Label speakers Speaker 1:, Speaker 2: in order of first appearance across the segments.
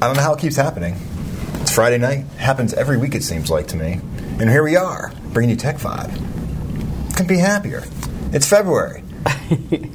Speaker 1: I don't know how it keeps happening. It's Friday night. Happens every week, it seems like to me. And here we are, bringing you Tech Five. Couldn't be happier. It's February.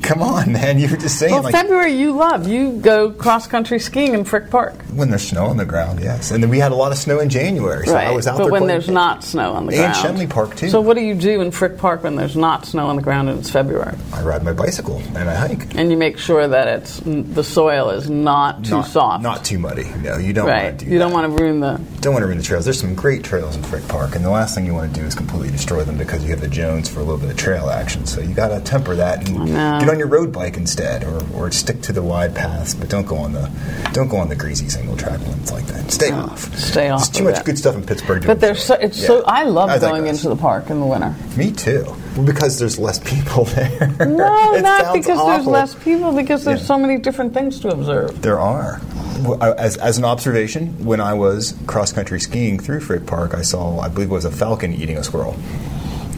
Speaker 1: Come on, man. You were just saying
Speaker 2: Well,
Speaker 1: like
Speaker 2: February you love. You go cross country skiing in Frick Park.
Speaker 1: when there's snow on the ground, yes. And then we had a lot of snow in January, so I was out
Speaker 2: but
Speaker 1: there.
Speaker 2: when
Speaker 1: playing-
Speaker 2: there's not snow on the
Speaker 1: And
Speaker 2: ground.
Speaker 1: Shenley Park, too.
Speaker 2: So what do you do in Frick Park when there's not snow on the ground and it's February?
Speaker 1: I ride my bicycle and I hike.
Speaker 2: And you make sure that it's the soil is not too
Speaker 1: not,
Speaker 2: soft.
Speaker 1: Not too muddy. No, you don't
Speaker 2: right.
Speaker 1: want to do
Speaker 2: you don't
Speaker 1: that.
Speaker 2: want to ruin the
Speaker 1: Don't want to ruin the trails. There's some great trails in Frick Park, and the last thing you want to do is completely destroy them because you have the Jones for a little bit of trail action. So you got to temper that and
Speaker 2: know.
Speaker 1: get on your road bike instead, or, or stick to the wide paths. But don't go on the don't go on the greasy single track ones like that. Stay off.
Speaker 2: stay off
Speaker 1: There's too
Speaker 2: of
Speaker 1: much
Speaker 2: that.
Speaker 1: good stuff in Pittsburgh. to
Speaker 2: But there's so,
Speaker 1: enjoy.
Speaker 2: it's
Speaker 1: Yeah.
Speaker 2: so I love going
Speaker 1: digress.
Speaker 2: into the park in the winter.
Speaker 1: Me too, Well, because there's less people there.
Speaker 2: No,
Speaker 1: It
Speaker 2: not
Speaker 1: sounds
Speaker 2: because there's
Speaker 1: awful.
Speaker 2: less people because there's
Speaker 1: Yeah.
Speaker 2: so many different things to observe.
Speaker 1: There are. Well, I- As, as an observation, when I was cross country skiing through Frick Park, I saw, I believe it was a falcon eating a squirrel.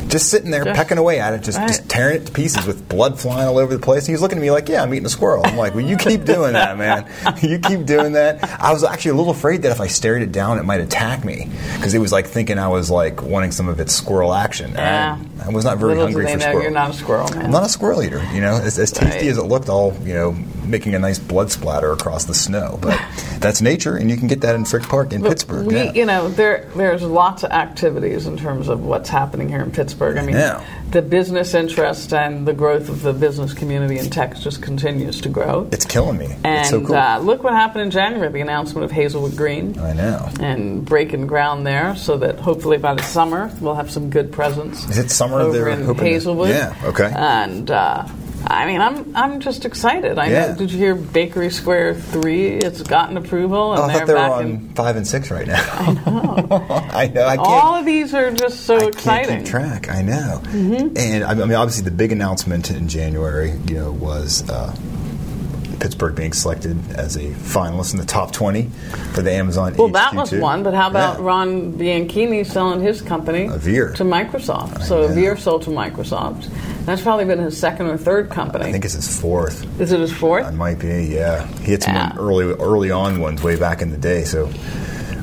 Speaker 1: Just sitting there
Speaker 2: Just-
Speaker 1: pecking away at it, just, just
Speaker 2: Right.
Speaker 1: tearing it to pieces with blood flying all over the place. And he's looking at me like, Yeah, I'm eating a squirrel. I'm like, Well, you keep doing that, man. You keep doing that. I was actually a little afraid that if I stared it down, it might attack me because it was like thinking I was like wanting some of its squirrel action. And
Speaker 2: Yeah.
Speaker 1: I, I was not very
Speaker 2: Little
Speaker 1: hungry
Speaker 2: do they
Speaker 1: for
Speaker 2: know
Speaker 1: squirrel.
Speaker 2: you're not a squirrel man.
Speaker 1: I'm not a squirrel eater, you know. As, as tasty
Speaker 2: Right.
Speaker 1: as it looked, all you know, making a nice blood splatter across the snow. But that's nature, and you can get that in Frick Park in
Speaker 2: But
Speaker 1: Pittsburgh.
Speaker 2: We,
Speaker 1: yeah.
Speaker 2: You know, there there's lots of activities in terms of what's happening here in Pittsburgh. I mean,
Speaker 1: Yeah.
Speaker 2: the business interest and the growth of the business community in Texas continues to grow.
Speaker 1: it's killing me.
Speaker 2: and
Speaker 1: it's so cool.
Speaker 2: uh, look what happened in January, the announcement of Hazelwood Green.
Speaker 1: I know.
Speaker 2: And breaking ground there, so that hopefully by the summer we'll have some good presence.
Speaker 1: Is it summer
Speaker 2: over
Speaker 1: they're
Speaker 2: in
Speaker 1: hoping to-
Speaker 2: Hazelwood?
Speaker 1: Yeah, okay.
Speaker 2: And uh, I mean, I'm I'm just excited. I
Speaker 1: Yeah.
Speaker 2: know. Did you hear Bakery Square Three? It's gotten approval, and
Speaker 1: Oh, I
Speaker 2: they're
Speaker 1: thought they were
Speaker 2: back
Speaker 1: on
Speaker 2: in
Speaker 1: five and six right now. I know. I know. I can't.
Speaker 2: All of these are just so
Speaker 1: I
Speaker 2: exciting. Mm-hmm.
Speaker 1: can't keep track. I know. And I I mean, obviously, the big announcement in January, you know, was uh, Pittsburgh being selected as a finalist in the top 20 for the Amazon.
Speaker 2: Well, that was
Speaker 1: HQ2.
Speaker 2: one, but how about
Speaker 1: Yeah.
Speaker 2: Ron Bianchini selling his company
Speaker 1: Avere.
Speaker 2: to Microsoft? So
Speaker 1: know.
Speaker 2: Avere sold to Microsoft. That's probably been his second or third company.
Speaker 1: I think it's his fourth.
Speaker 2: Is it his fourth?
Speaker 1: It might be. Yeah, he had some
Speaker 2: Yeah.
Speaker 1: early early on ones way back in the day. So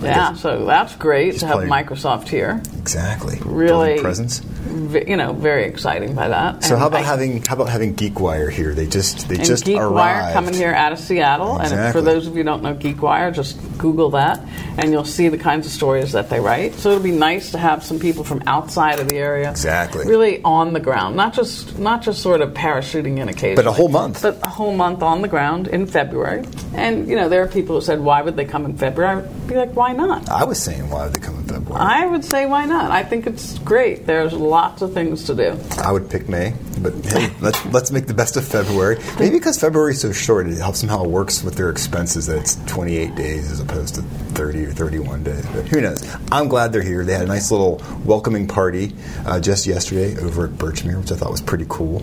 Speaker 2: yeah, so that's great to have
Speaker 1: playing-
Speaker 2: Microsoft here.
Speaker 1: exactly,
Speaker 2: Really-
Speaker 1: Building presence.
Speaker 2: V- you know, very exciting by that.
Speaker 1: So
Speaker 2: And
Speaker 1: how about
Speaker 2: I-
Speaker 1: having how about having GeekWire here? They just they
Speaker 2: and
Speaker 1: just
Speaker 2: GeekWire
Speaker 1: arrived.
Speaker 2: coming here out of Seattle. And
Speaker 1: Exactly.
Speaker 2: for those of you who don't know GeekWire, just Google that, and you'll see the kinds of stories that they write. So it'll be nice to have some people from outside of the area,
Speaker 1: Exactly.
Speaker 2: really on the ground, not just not just sort of parachuting in occasionally,
Speaker 1: But a whole month.
Speaker 2: but a whole month on the ground in February. And you know, there are people who said, "Why would they come in February?" I'd be like, "Why not?"
Speaker 1: I was saying why would they come in February?
Speaker 2: I would say, "Why not?" I think it's great. There's lots of things to do.
Speaker 1: I would pick May, but hey, let's let's make the best of February. Maybe because February is so short, it helps somehow works with their expenses that it's 28 days as opposed to 30 or 31 days. But who knows? I'm glad they're here. They had a nice little welcoming party uh, just yesterday over at Birchmere, which I thought was pretty cool.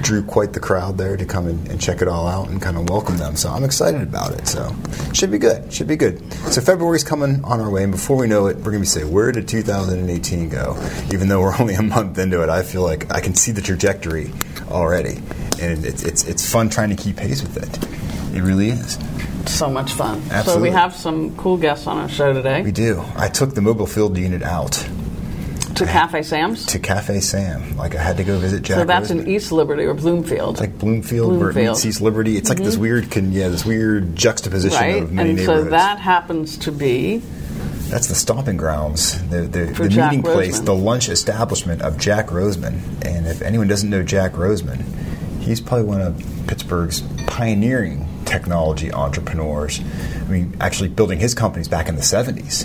Speaker 1: Drew quite the crowd there to come and, and check it all out and kind of welcome them. So I'm excited about it. So should be good. Should be good. So February's coming on our way, and before we know it, we're gonna be saying, "Where did 2018 go?" Even though we're only a month into it, I feel like I can see the trajectory already, and it's it's, it's fun trying to keep pace with it. It really is.
Speaker 2: So much fun. So
Speaker 1: Absolutely.
Speaker 2: we have some cool guests on our show today.
Speaker 1: We do. I took the mobile field unit out
Speaker 2: to Cafe Sam's.
Speaker 1: to Cafe Sam. Like I had to go visit Jack.
Speaker 2: So that's
Speaker 1: Roseman.
Speaker 2: in East Liberty or Bloomfield.
Speaker 1: It's like Bloomfield, where it
Speaker 2: Bloomfield.
Speaker 1: meets
Speaker 2: Mm-hmm.
Speaker 1: East Liberty. It's like this weird, can, yeah, this weird juxtaposition
Speaker 2: Right,
Speaker 1: of many
Speaker 2: and so
Speaker 1: neighborhoods.
Speaker 2: that happens to be
Speaker 1: That's the stomping grounds, the, the,
Speaker 2: For
Speaker 1: the
Speaker 2: Jack
Speaker 1: meeting place,
Speaker 2: Roseman.
Speaker 1: the lunch establishment of Jack Roseman. And if anyone doesn't know Jack Roseman, he's probably one of Pittsburgh's pioneering technology entrepreneurs. I mean, actually building his companies back in the 70s.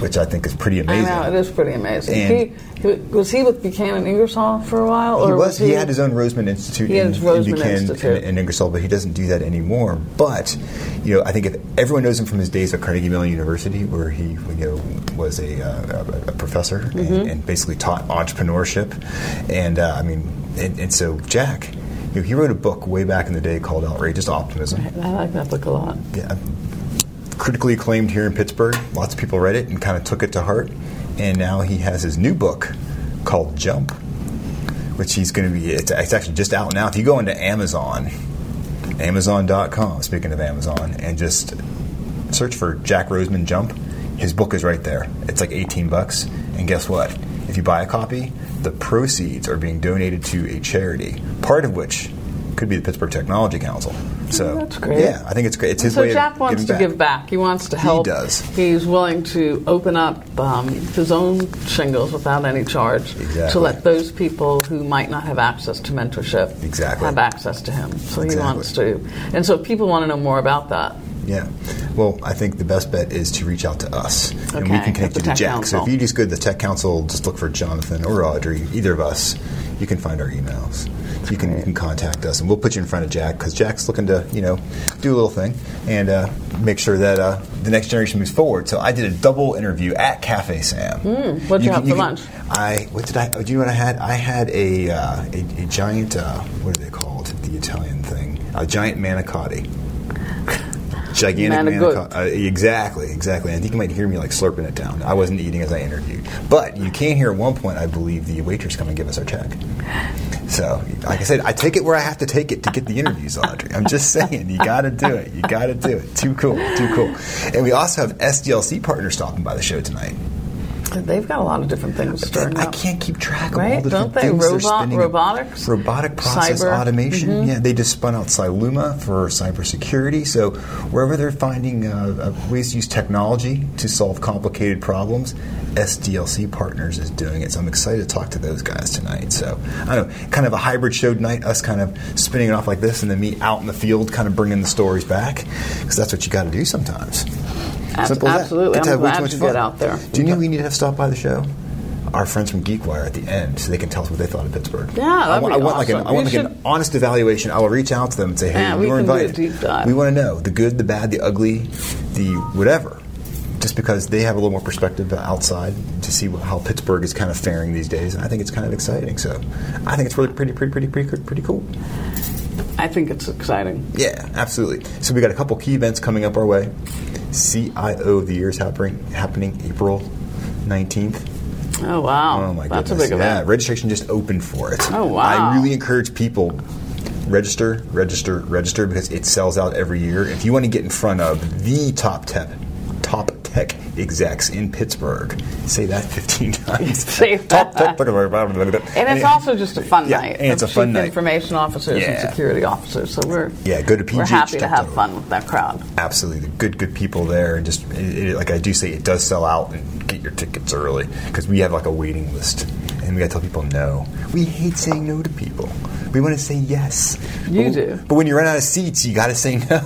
Speaker 1: which I think is pretty
Speaker 2: I
Speaker 1: amazing.
Speaker 2: know it is pretty amazing.
Speaker 1: And-
Speaker 2: he, he- was he with Buchanan Ingersoll for a while, or
Speaker 1: He was. He had his own Roseman Institute
Speaker 2: He had
Speaker 1: in,
Speaker 2: his Roseman
Speaker 1: in Buchanan
Speaker 2: Institute.
Speaker 1: and- and Ingersoll, but he doesn't do that anymore. But you know, I think if everyone knows him from his days at Carnegie Mellon University, where he you know was a, uh, a- a professor
Speaker 2: Mm-hmm.
Speaker 1: and, and basically taught entrepreneurship, and uh, I mean, and, and so Jack. You know, he wrote a book way back in the day called Outrageous Optimism.
Speaker 2: I like that book a lot.
Speaker 1: Yeah, uh, critically acclaimed here in Pittsburgh. Lots of people read it and kind of took it to heart. And now he has his new book called Jump, which he's going to be, it's, it's actually just out now. If you go into Amazon, Amazon.com, speaking of Amazon, and just search for Jack Roseman Jump, his book is right there. It's like 18 bucks. And guess what? If you buy a copy, the proceeds are being donated to a charity, part of which could be the Pittsburgh Technology Council. So
Speaker 2: That's great.
Speaker 1: Yeah, I think it's great. It's his
Speaker 2: So
Speaker 1: way
Speaker 2: Jack
Speaker 1: of
Speaker 2: wants
Speaker 1: giving
Speaker 2: to
Speaker 1: back.
Speaker 2: give back. He wants to help.
Speaker 1: does.
Speaker 2: He's willing to open up um, his own shingles without any charge to
Speaker 1: Exactly.
Speaker 2: let those people who might not have access to mentorship
Speaker 1: Exactly.
Speaker 2: have access to him. So he
Speaker 1: Exactly.
Speaker 2: wants to. And so if people want to know more about that.
Speaker 1: Yeah. Well, I think the best bet is to reach out to us, and we
Speaker 2: Okay,
Speaker 1: can connect
Speaker 2: at the
Speaker 1: you to
Speaker 2: Tech
Speaker 1: Jack. So
Speaker 2: Council.
Speaker 1: if you just go to the Tech Council, just look for Jonathan or Audrey, either of us. You can find our emails. You can, you can contact us, and we'll put you in front of Jack because Jack's looking to, you know, do a little thing and uh, make sure that uh, the next generation moves forward. So I did a double interview at Cafe Sam. Mm,
Speaker 2: what'd Hmm, you have for lunch?
Speaker 1: I what did I? oh, Do you know what I had? I had a uh, a, a giant. Uh, what are they called? The Italian thing. A giant manicotti. Gigantic
Speaker 2: Manigot.
Speaker 1: manicotti. Uh, exactly, exactly. I think you might hear me like slurping it down. I wasn't eating as I interviewed, but you can hear at one point. I believe the waitress come and give us our check. So, like I said, I take it where I have to take it to get the interviews, Audrey. I'm just saying, you got to do it. You got to do it. Too cool, too cool. And we also have SDLC partners stopping by the show tonight.
Speaker 2: They've got a lot of different things stirring
Speaker 1: I
Speaker 2: up.
Speaker 1: can't keep track of all
Speaker 2: Right?
Speaker 1: the
Speaker 2: Don't
Speaker 1: different
Speaker 2: they?
Speaker 1: things they're
Speaker 2: Robot-
Speaker 1: spending.
Speaker 2: robotics,
Speaker 1: robotic process
Speaker 2: cyber. Mm-hmm.
Speaker 1: automation. Yeah, they just spun out Siluma for cybersecurity. So wherever they're finding uh, uh, ways to use technology to solve complicated problems, SDLC Partners is doing it. So I'm excited to talk to those guys tonight. So I don't know, kind of a hybrid show tonight. Us kind of spinning it off like this, and then me out in the field, kind of bringing the stories back because that's what you got to do sometimes.
Speaker 2: Abs-
Speaker 1: Simple as that.
Speaker 2: absolutely.
Speaker 1: Get to
Speaker 2: I'm
Speaker 1: have way
Speaker 2: glad
Speaker 1: too much
Speaker 2: you
Speaker 1: fun.
Speaker 2: get out there.
Speaker 1: Do you know we need to have stopped by the show? Our friends from GeekWire at the end, so they can tell us what they thought of Pittsburgh.
Speaker 2: Yeah,
Speaker 1: I
Speaker 2: that'd
Speaker 1: want,
Speaker 2: be
Speaker 1: I want like, an,
Speaker 2: awesome.
Speaker 1: I want like
Speaker 2: You
Speaker 1: an
Speaker 2: should-
Speaker 1: honest evaluation. I will reach out to them and say, "Hey,
Speaker 2: Yeah,
Speaker 1: you
Speaker 2: we
Speaker 1: were
Speaker 2: can do a
Speaker 1: invited."
Speaker 2: deep dive.
Speaker 1: We want to know the good, the bad, the ugly, the whatever, just because they have a little more perspective outside to see how Pittsburgh is kind of faring these days, and I think it's kind of exciting. So, I think it's really pretty, pretty, pretty, pretty, pretty cool.
Speaker 2: I think it's exciting.
Speaker 1: Yeah, absolutely. So we got a couple key events coming up our way. CIO of the Year is happening, happening April 19th.
Speaker 2: Oh, wow.
Speaker 1: Oh my
Speaker 2: That's
Speaker 1: goodness.
Speaker 2: a big
Speaker 1: yeah,
Speaker 2: event.
Speaker 1: registration just opened for it.
Speaker 2: Oh, wow.
Speaker 1: I really encourage people register, register, register because it sells out every year. If you want to get in front of the top tech, top tech execs in Pittsburgh, say that 15 times.
Speaker 2: Say
Speaker 1: top
Speaker 2: that.
Speaker 1: tech. And
Speaker 2: And it's also just a fun
Speaker 1: yeah,
Speaker 2: night.
Speaker 1: and it's
Speaker 2: of
Speaker 1: a fun
Speaker 2: chief
Speaker 1: night.
Speaker 2: Information officers
Speaker 1: Yeah.
Speaker 2: and security officers. So we're
Speaker 1: Yeah, go to
Speaker 2: We're happy to have
Speaker 1: pgh.org.
Speaker 2: fun with that crowd.
Speaker 1: absolutely good good people there and just it, it, like i do say it does sell out and get your tickets early because we have like a waiting list and we gotta tell people no we hate saying no to people we want to say yes
Speaker 2: You
Speaker 1: But-
Speaker 2: do.
Speaker 1: but when you run out of seats you gotta say no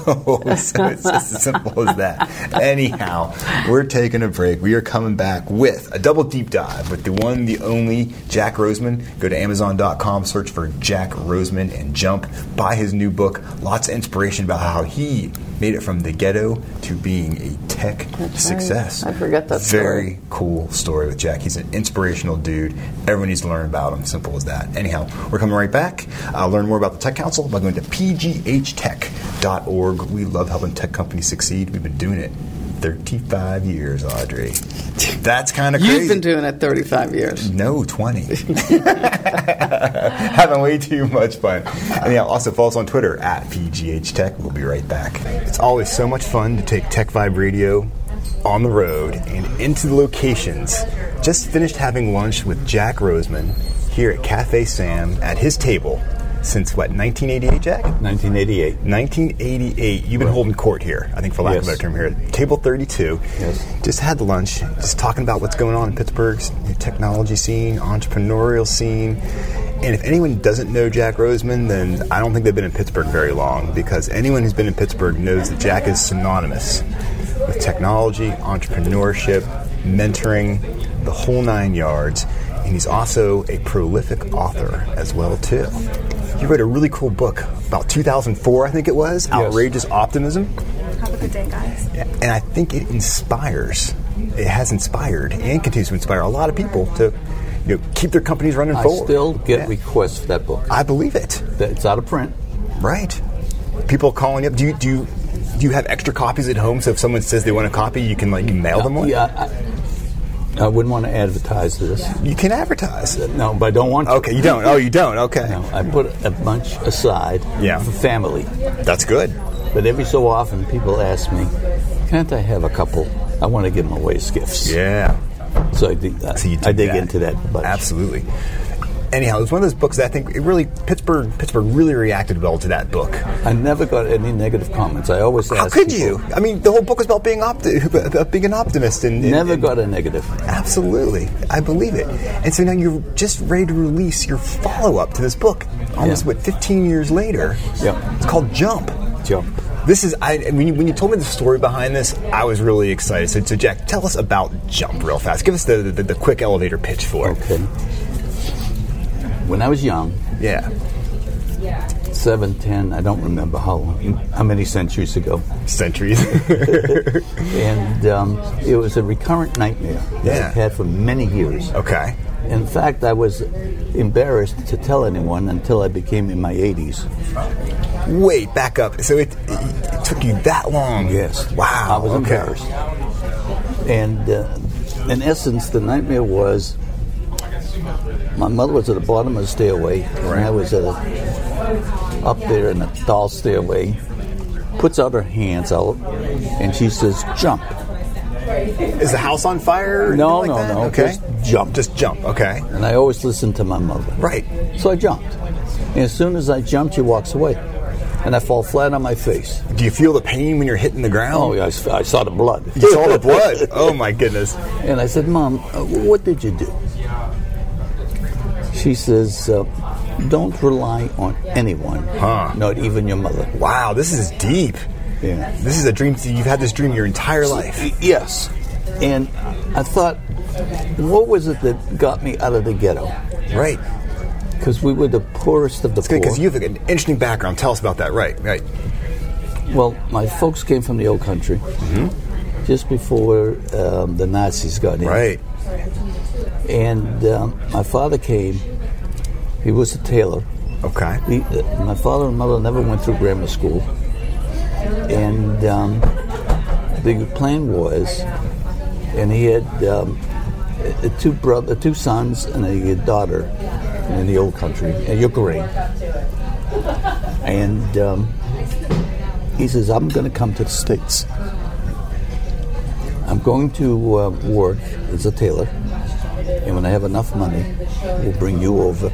Speaker 1: so it's just as simple as that anyhow we're taking a break we are coming back with a double deep dive with the one the only jack roseman go to amazon.com search for jack roseman and jump buy his new book lots of inspiration about how he made it from the ghetto to being a tech success.
Speaker 2: I forget that
Speaker 1: Very
Speaker 2: story.
Speaker 1: cool story with Jack. He's an inspirational dude. Everyone needs to learn about him. Simple as that. Anyhow, we're coming right back. Uh, learn more about the Tech Council by going to pghtech.org. We love helping tech companies succeed. We've been doing it 35 years, Audrey. That's kind of crazy.
Speaker 2: You've been doing it 35 years.
Speaker 1: No, 20. Having way too much fun. And yeah, also follow us on Twitter at PGH Tech. We'll be right back. It's always so much fun to take Tech Vibe Radio on the road and into the locations. Just finished having lunch with Jack Roseman here at Cafe Sam at his table since what, 1988, Jack?
Speaker 3: 1988.
Speaker 1: 1988. You've been holding court here, I think, for lack of a
Speaker 3: Yes.
Speaker 1: better term, here at table 32.
Speaker 3: Yes.
Speaker 1: Just had lunch, just talking about what's going on in Pittsburgh's new technology scene, entrepreneurial scene. And if anyone doesn't know Jack Roseman, then I don't think they've been in Pittsburgh very long because anyone who's been in Pittsburgh knows that Jack is synonymous with technology, entrepreneurship, mentoring, the whole nine yards. And he's also a prolific author as well too. He wrote a really cool book about 2004, I think it was, Outrageous Optimism.
Speaker 3: Have a good day, guys.
Speaker 1: And I think it inspires, it has inspired and continues to inspire a lot of people to you know, keep their companies running
Speaker 4: I
Speaker 1: forward.
Speaker 4: still get
Speaker 1: Yeah.
Speaker 4: requests for that book.
Speaker 1: I believe it.
Speaker 4: That It's out of print.
Speaker 1: Right. People calling up. Do you do you, do you have extra copies at home? So if someone says they want a copy, you can like mail them one.
Speaker 4: Uh, Yeah, I, I wouldn't want to advertise this.
Speaker 1: You can advertise.
Speaker 4: No, but I don't want to.
Speaker 1: Okay, you don't. Oh, you don't. Okay.
Speaker 4: No, I put a bunch aside
Speaker 1: Yeah.
Speaker 4: for family.
Speaker 1: That's good.
Speaker 4: But every so often, people ask me, "Can't I have a couple? I want to give them away as gifts."
Speaker 1: Yeah.
Speaker 4: So I dig,
Speaker 1: So you
Speaker 4: I
Speaker 1: do
Speaker 4: dig
Speaker 1: that.
Speaker 4: into that. Bunch.
Speaker 1: Absolutely. Anyhow, it was one of those books that I think it really Pittsburgh Pittsburgh really reacted well to that book.
Speaker 4: I never got any negative comments. I always
Speaker 1: How
Speaker 4: ask
Speaker 1: could
Speaker 4: people-
Speaker 1: you? I mean, the whole book was about being opti- about being an optimist and and-
Speaker 4: Never
Speaker 1: and-
Speaker 4: got a negative.
Speaker 1: Absolutely, I believe it. And so now you're just ready to release your follow up to this book, almost
Speaker 4: Yeah.
Speaker 1: what 15 years later.
Speaker 4: Yep.
Speaker 1: It's called Jump.
Speaker 4: Jump.
Speaker 1: This is I when you, when you told me the story behind this, I was really excited. So, so Jack, tell us about Jump real fast. Give us the the, the quick elevator pitch for it.
Speaker 4: Okay. When I was young,
Speaker 1: Yeah,
Speaker 4: seven, ten, I don't remember how long, how many centuries ago,
Speaker 1: centuries.
Speaker 4: and um, it was a recurrent nightmare that
Speaker 1: Yeah.
Speaker 4: I've had for many years.
Speaker 1: okay.
Speaker 4: In fact, I was embarrassed to tell anyone until I became in my 80s.
Speaker 1: Wait, back up. So it, it took you that long?
Speaker 4: Yes.
Speaker 1: Wow.
Speaker 4: I was
Speaker 1: okay.
Speaker 4: embarrassed. And uh, in essence, the nightmare was my mother was at the bottom of the stairway, and I was at a, up there in a tall stairway. Puts out her hands out, and she says, "Jump!"
Speaker 1: Is the house on fire? or
Speaker 4: No,
Speaker 1: anything like that?
Speaker 4: no, no,
Speaker 1: Okay.
Speaker 4: just jump.
Speaker 1: Just jump. Okay.
Speaker 4: And I always listened to my mother.
Speaker 1: Right.
Speaker 4: So I jumped, and as soon as I jumped, she walks away, and I fall flat on my face.
Speaker 1: Do you feel the pain when you're hitting the ground?
Speaker 4: Oh, yeah, I, s- I saw the blood.
Speaker 1: You saw the blood. Oh my goodness.
Speaker 4: And I said, Mom, uh, what did you do? She says, uh, Don't rely on anyone,
Speaker 1: Huh.
Speaker 4: not even your mother.
Speaker 1: Wow, this is deep.
Speaker 4: Yeah.
Speaker 1: This is a dream. You've had this dream your entire life.
Speaker 4: Yes. And I thought, what was it that got me out of the ghetto?
Speaker 1: Right.
Speaker 4: Because we were the poorest of the poor.
Speaker 1: Because you have an interesting background. Tell us about that. Right, right.
Speaker 4: Well, my folks came from the old country just before um, the Nazis got in.
Speaker 1: Right.
Speaker 4: And um, my father came, he was a tailor.
Speaker 1: Okay.
Speaker 4: We, uh, my father and mother never went through grammar school, and um, the plan was, and he had um, uh, two brother, two sons, and a daughter in the old country, in Ukraine, and um, he says, "I'm going to come to the states. I'm going to uh, work as a tailor." And when I have enough money, we'll bring you over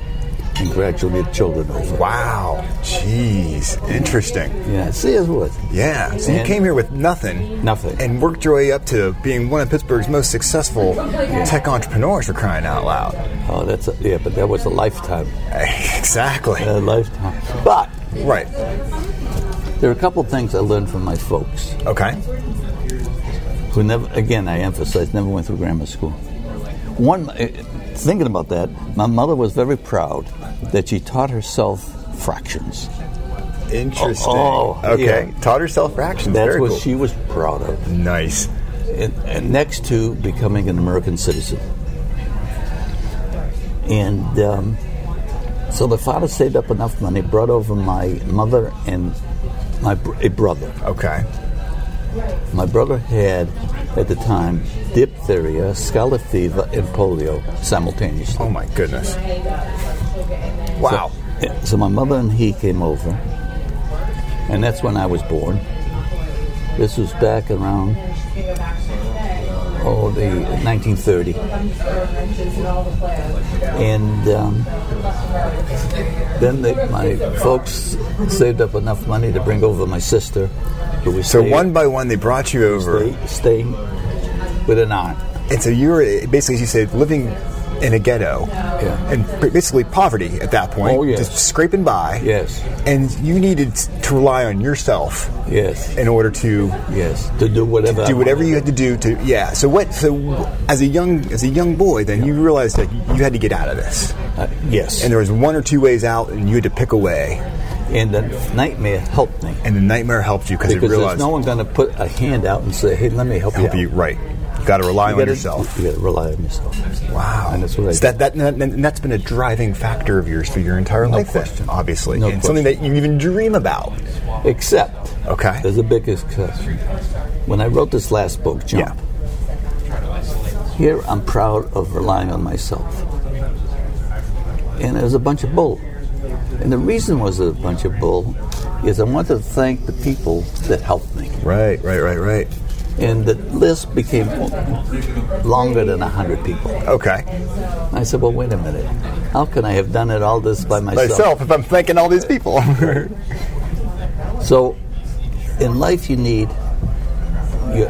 Speaker 4: and gradually the children over.
Speaker 1: Wow. Jeez. Interesting.
Speaker 4: Yeah, see, it was.
Speaker 1: Yeah. So you
Speaker 4: And-
Speaker 1: came here with nothing.
Speaker 4: Nothing.
Speaker 1: And worked your way up to being one of Pittsburgh's most successful tech entrepreneurs for crying out loud.
Speaker 4: Oh, that's a, yeah, but that was a lifetime,
Speaker 1: exactly.
Speaker 4: a lifetime. But
Speaker 1: Right.
Speaker 4: there are a couple things I learned from my folks
Speaker 1: Okay.
Speaker 4: who never, again, I emphasize, never went through grammar school. One, eh, thinking about that, my mother was very proud that she taught herself fractions.
Speaker 1: Interesting.
Speaker 4: Oh,
Speaker 1: okay.
Speaker 4: yeah.
Speaker 1: Taught herself fractions.
Speaker 4: That's
Speaker 1: Very
Speaker 4: what
Speaker 1: cool.
Speaker 4: she was proud of.
Speaker 1: Nice.
Speaker 4: and, and next to becoming an American citizen. And um, so the father saved up enough money, brought over my mother and my br- a brother.
Speaker 1: Okay.
Speaker 4: My brother had, at the time, diphtheria, scarlet fever, and polio simultaneously.
Speaker 1: Oh my goodness. Wow.
Speaker 4: Yeah, So my mother and he came over, and that's when I was born. This was back around oh the 1930, and um, then they, my folks saved up enough money to bring over my sister, who was
Speaker 1: So
Speaker 4: staying,
Speaker 1: one by one, they brought you over,
Speaker 4: stay- staying with an aunt.
Speaker 1: and so you were basically, as you said, living in a ghetto,
Speaker 4: Yeah.
Speaker 1: and b- basically poverty at that point,
Speaker 4: Oh, yes.
Speaker 1: just scraping by.
Speaker 4: Yes.
Speaker 1: and you needed to rely on yourself
Speaker 4: Yes.
Speaker 1: in order to
Speaker 4: Yes. To do whatever.
Speaker 1: do whatever you had to do to yeah. So what? So as a young as a young boy, then you realized that you had to get out of this,
Speaker 4: Uh, yes.
Speaker 1: and there was one or two ways out, and you had to pick a way.
Speaker 4: and the nightmare helped me.
Speaker 1: And the nightmare helped you because it
Speaker 4: because
Speaker 1: realized
Speaker 4: there's no one going to put a hand out and say, "Hey, let me help,
Speaker 1: help
Speaker 4: you."
Speaker 1: you
Speaker 4: out."
Speaker 1: right. You got to rely
Speaker 4: You
Speaker 1: on
Speaker 4: gotta-
Speaker 1: yourself.
Speaker 4: You got to rely on yourself.
Speaker 1: Wow,
Speaker 4: and that's what I
Speaker 1: So that, that and and that's been a driving factor of yours for your entire
Speaker 4: No
Speaker 1: life, then,
Speaker 4: question.
Speaker 1: obviously,
Speaker 4: No
Speaker 1: and something that you even dream about.
Speaker 4: Except,
Speaker 1: Okay.
Speaker 4: there's a big exception. When I wrote this last book, Jump, here I'm proud of relying on myself. And it was a bunch of bull. And the reason was a bunch of bull is I wanted to thank the people that helped me.
Speaker 1: Right, right, right, right.
Speaker 4: And the list became longer than 100 people.
Speaker 1: Okay,
Speaker 4: I said, well, wait a minute. How can I have done it all this by
Speaker 1: myself, if I'm thanking all these people,
Speaker 4: So, in life, you need your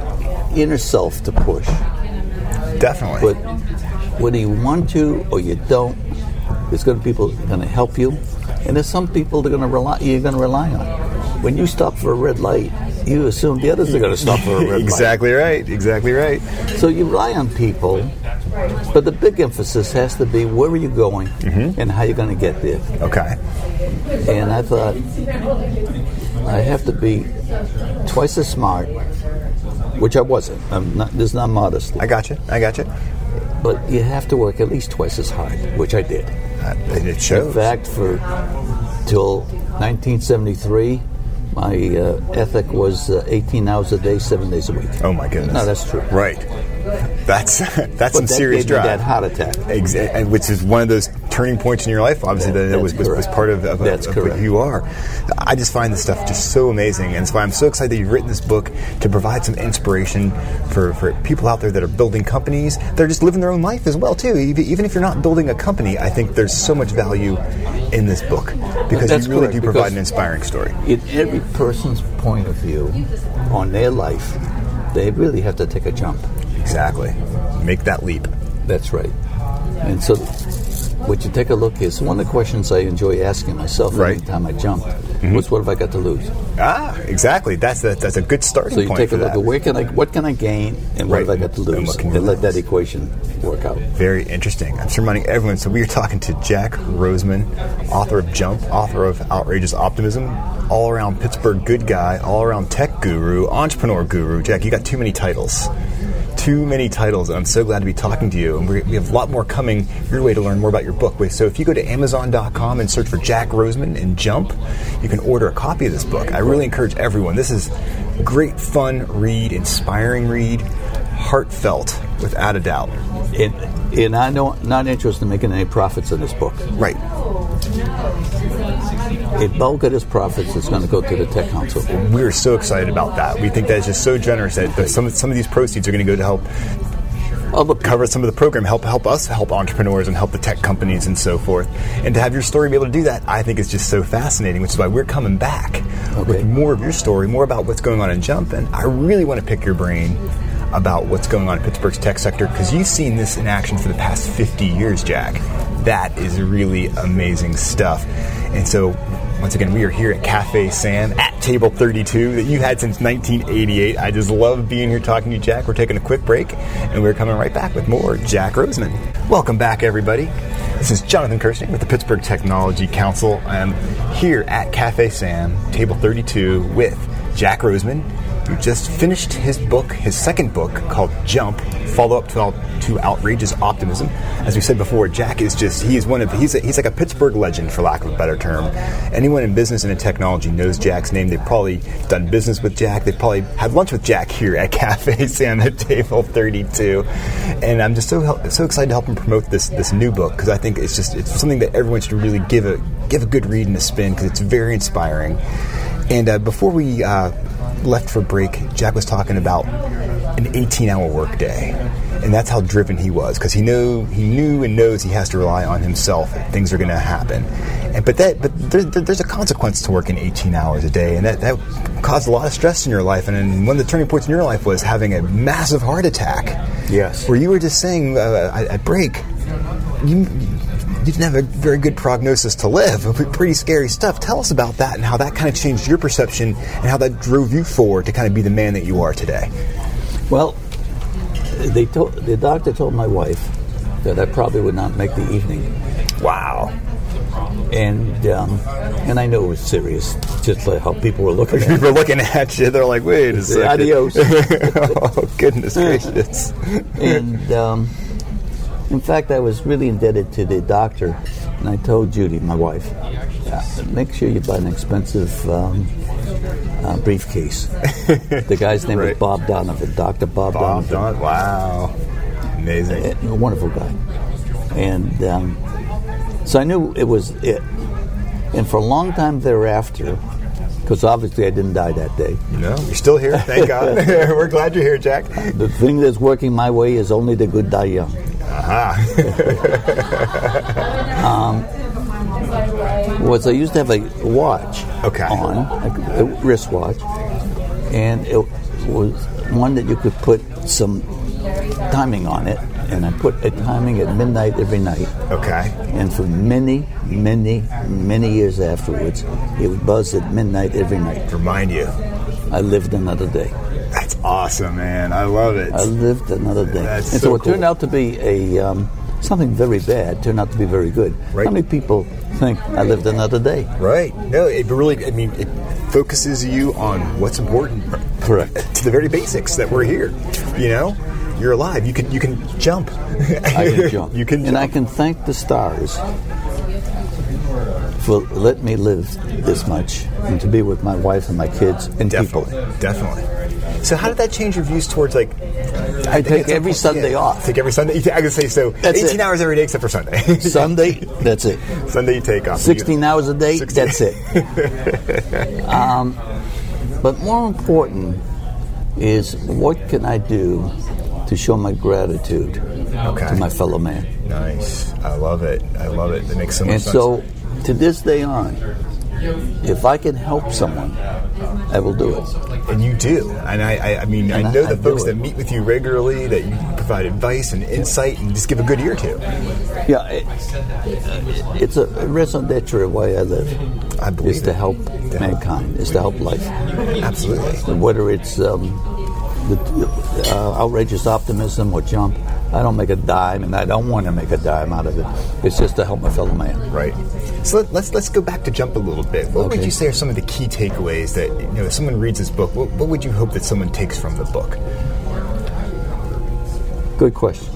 Speaker 4: inner self to push.
Speaker 1: definitely.
Speaker 4: But whether you want to or you don't, there's going to be people going to help you, and there's some people that are going to rely. You're going to rely on. When you stop for a red light, you assume the others are going to stop for a red
Speaker 1: exactly right. Exactly right.
Speaker 4: light. So you rely on people, but the big emphasis has to be where are you going
Speaker 1: Mm-hmm.
Speaker 4: and how you're going to get there.
Speaker 1: Okay.
Speaker 4: And I thought, I have to be twice as smart, which I wasn't. I'm not, there's not modest.
Speaker 1: I got you. I Uh, got you.
Speaker 4: But you have to work at least twice as hard, which I did.
Speaker 1: Uh, and it
Speaker 4: In
Speaker 1: shows.
Speaker 4: fact, for till 1973, my uh, ethic was uh, 18 hours a day, seven days a week.
Speaker 1: Oh my goodness.
Speaker 4: No, that's true.
Speaker 1: Right. That's that's some
Speaker 4: But that
Speaker 1: serious
Speaker 4: gave
Speaker 1: drive.
Speaker 4: me that heart attack.
Speaker 1: Exa- and which is one of those turning points in your life, obviously, that, it
Speaker 4: That's
Speaker 1: was, was, was
Speaker 4: correct.
Speaker 1: part of, of,
Speaker 4: That's
Speaker 1: of what
Speaker 4: correct.
Speaker 1: you are. I just find this stuff just so amazing, and that's why I'm so excited that you've written this book to provide some inspiration for, for people out there that are building companies. They're just living their own life as well, too. Even even if you're not building a company, I think there's so much value in this book because
Speaker 4: That's
Speaker 1: you really
Speaker 4: correct,
Speaker 1: do provide
Speaker 4: because-
Speaker 1: an inspiring story.
Speaker 4: In every person's point of view on their life, they really have to take a jump.
Speaker 1: Exactly. Make that leap.
Speaker 4: That's right. And so, what you take a look is one of the questions I enjoy asking myself
Speaker 1: Right. Mm-hmm.
Speaker 4: every time I jump was, "What have I got to lose?"
Speaker 1: Ah, exactly. That's a, that's a good starting
Speaker 4: So you
Speaker 1: point
Speaker 4: take
Speaker 1: for
Speaker 4: a look
Speaker 1: that.
Speaker 4: at where can I, what can I gain, and what
Speaker 1: Right.
Speaker 4: have I got to
Speaker 1: And what
Speaker 4: lose,
Speaker 1: can
Speaker 4: and,
Speaker 1: you
Speaker 4: let that
Speaker 1: lose?
Speaker 4: equation work out.
Speaker 1: Very interesting. I'm just reminding everyone. So we are talking to Jack Roseman, author of Jump, author of Outrageous Optimism, all around Pittsburgh good guy, all around tech guru, entrepreneur guru. Jack, you got too many titles. Too many titles, and I'm so glad to be talking to you. And we we have a lot more coming your way to learn more about your book. So if you go to Amazon.com and search for Jack Roseman and Jump, you can order a copy of this book. I really encourage everyone. This is great fun read, inspiring read, heartfelt, without a doubt.
Speaker 4: And, and I don't not interested in making any profits in this book.
Speaker 1: Right.
Speaker 4: A bulk of this profits is going to go to the tech council.
Speaker 1: We are so excited about that. We think that is just so generous that, that some, some of these proceeds are going to go to help
Speaker 4: Other
Speaker 1: cover some of the program, help help us help entrepreneurs and help the tech companies and so forth. And to have your story be able to do that, I think is just so fascinating, which is why we're coming back with
Speaker 4: Okay.
Speaker 1: more of your story, more about what's going on in Jump. And I really want to pick your brain about what's going on in Pittsburgh's tech sector because you've seen this in action for the past 50 years, Jack. That is really amazing stuff. And so, once again, we are here at Cafe Sam at Table 32 that you had since 1988. I just love being here talking to you, Jack. We're taking a quick break and we're coming right back with more Jack Roseman. Welcome back, everybody. This is Jonathan Kirsting with the Pittsburgh Technology Council. I am um, here at Cafe Sam, Table 32, with Jack Roseman, who just finished his book, his second book called Jump, follow up to, out- to Outrageous Optimism. As we said before, Jack is just, he is one of, he's, a, he's like a Pittsburgh legend, for lack of a better term. Anyone in business and in technology knows Jack's name. They've probably done business with Jack. They've probably had lunch with Jack here at Cafe Sam at Table 32. And I'm just so help, so excited to help him promote this this new book because I think it's just it's something that everyone should really give a give a good read and a spin because it's very inspiring. And uh, before we uh, left for break, Jack was talking about an 18-hour workday, and that's how driven he was because he knew he knew and knows he has to rely on himself. Things are going to happen, and but that but there, there- there's a consequence to working 18 hours a day, and that, that caused a lot of stress in your life. And, and one of the turning points in your life was having a massive heart attack.
Speaker 4: Yes.
Speaker 1: Where you were just saying uh, at, at break you, you didn't have a very good prognosis to live. It was Pretty scary stuff. Tell us about that and how that kind of changed your perception and how that drove you forward to kind of be the man that you are today.
Speaker 4: Well, they told the doctor told my wife that I probably would not make the evening,
Speaker 1: Wow.
Speaker 4: and um, and I know it was serious, just like how people were looking. at me.
Speaker 1: People are looking at you. They're like, wait a second.
Speaker 4: Adios.
Speaker 1: oh, goodness gracious.
Speaker 4: and um, in fact, I was really indebted to the doctor, and I told Judy, my wife, uh, make sure you buy an expensive um, uh, briefcase. the guy's name was
Speaker 1: Right.
Speaker 4: Bob Donovan, Doctor Bob,
Speaker 1: Bob Don.
Speaker 4: Donovan,
Speaker 1: Wow. Amazing.
Speaker 4: a wonderful guy, and um, so I knew it was it. And for a long time thereafter, because obviously I didn't die that day.
Speaker 1: No, you're still here. Thank God. We're glad you're here, Jack.
Speaker 4: The thing that's working my way is only the good die young. um, was I used to have a watch
Speaker 1: Okay.
Speaker 4: on, a, a wristwatch, and it was one that you could put some timing on it, and I put a timing at midnight every night.
Speaker 1: Okay.
Speaker 4: And for many, many, many years afterwards, it would buzz at midnight every night.
Speaker 1: Remind you.
Speaker 4: I lived another day.
Speaker 1: That's awesome, man. I love it.
Speaker 4: I lived another day.
Speaker 1: That's
Speaker 4: and
Speaker 1: so
Speaker 4: so it
Speaker 1: cool.
Speaker 4: turned out to be a um, something very bad turned out to be very good.
Speaker 1: Right.
Speaker 4: How many people think I lived another day?
Speaker 1: Right. No, it really, I mean, it focuses you on what's important.
Speaker 4: Correct.
Speaker 1: To the very basics that we're here. You know? You're alive. You can you can jump.
Speaker 4: I can jump.
Speaker 1: you can
Speaker 4: and I
Speaker 1: jump.
Speaker 4: can thank the stars for let me live this much and to be with my wife and my kids and
Speaker 1: Definitely.
Speaker 4: people.
Speaker 1: Definitely. So how did that change your views towards like
Speaker 4: I take
Speaker 1: it's
Speaker 4: every
Speaker 1: important-
Speaker 4: Sunday
Speaker 1: yeah,
Speaker 4: off.
Speaker 1: Take every Sunday. I could say so.
Speaker 4: That's it.
Speaker 1: 18 hours every day except for Sunday.
Speaker 4: Sunday, that's it.
Speaker 1: Sunday you take off.
Speaker 4: 16 hours a day,
Speaker 1: 16.
Speaker 4: that's it. um, but more important is what can I do to show my gratitude to
Speaker 1: Okay.
Speaker 4: my fellow man?
Speaker 1: Nice. I love it. I love it. That makes so much
Speaker 4: And
Speaker 1: sense.
Speaker 4: so to this day on, if I can help someone, I will do it.
Speaker 1: And you do. And I, I, I mean,
Speaker 4: And
Speaker 1: I
Speaker 4: I-
Speaker 1: know
Speaker 4: I
Speaker 1: the folks
Speaker 4: do
Speaker 1: that
Speaker 4: it.
Speaker 1: meet with you regularly that you provide advice and insight and just give a good ear to.
Speaker 4: Yeah, it, it's a raison d'etre of why I live.
Speaker 1: I believe
Speaker 4: is to
Speaker 1: it.
Speaker 4: help mankind, is to help life.
Speaker 1: Absolutely.
Speaker 4: whether it's um, the, uh, outrageous optimism or jump, I don't make a dime, and I don't want to make a dime out of it. It's just to help my fellow man.
Speaker 1: Right. So let, let's let's go back to jump a little bit. What would
Speaker 4: Okay.
Speaker 1: you say are some of the key takeaways that you know if someone reads this book? What, what would you hope that someone takes from the book?
Speaker 4: Good question.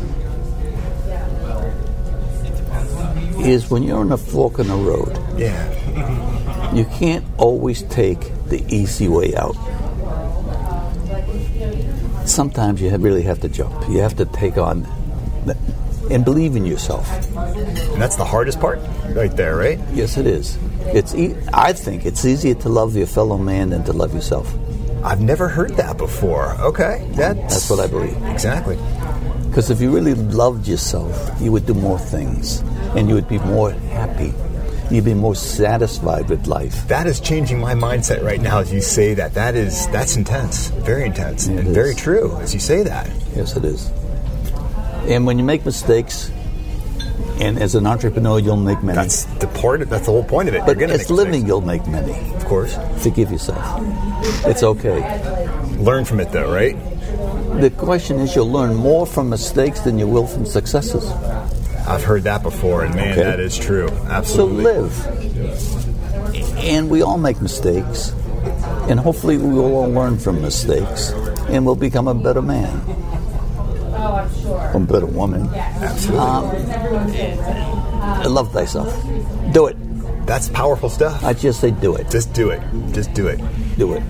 Speaker 4: Is when you're on a fork in the road,
Speaker 1: Yeah.
Speaker 4: you can't always take the easy way out. Sometimes you have- really have to jump. You have to take on the- and believe in yourself.
Speaker 1: And that's the hardest part, right there. Right.
Speaker 4: Yes, it is. It's. E- I think it's easier to love your fellow man than to love yourself.
Speaker 1: I've never heard that before. Okay. That's
Speaker 4: That's what I believe.
Speaker 1: Exactly.
Speaker 4: Because if you really loved yourself, you would do more things, and you would be more happy. You'd be more satisfied with life.
Speaker 1: That is changing my mindset right now as you say that. That is that's intense. Very intense
Speaker 4: It
Speaker 1: and
Speaker 4: is.
Speaker 1: very true as you say that.
Speaker 4: Yes, it is. And when you make mistakes, and as an entrepreneur, you'll make many.
Speaker 1: That's the part of, that's the whole point of it.
Speaker 4: but
Speaker 1: You're gonna
Speaker 4: as
Speaker 1: make
Speaker 4: living,
Speaker 1: mistakes,
Speaker 4: you'll make many.
Speaker 1: of course.
Speaker 4: Forgive yourself. It's okay.
Speaker 1: Learn from it though, right?
Speaker 4: The question is, you'll learn more from mistakes than you will from successes.
Speaker 1: I've heard that before and man,
Speaker 4: Okay.
Speaker 1: that is true.
Speaker 4: So
Speaker 1: Absolutely.
Speaker 4: live. And we all make mistakes. And hopefully we will all learn from mistakes and we'll become a better man. A better woman.
Speaker 1: Absolutely.
Speaker 4: I love thyself. Do it.
Speaker 1: that's powerful stuff.
Speaker 4: I just say do it.
Speaker 1: Just do it. Just do it.
Speaker 4: Do it.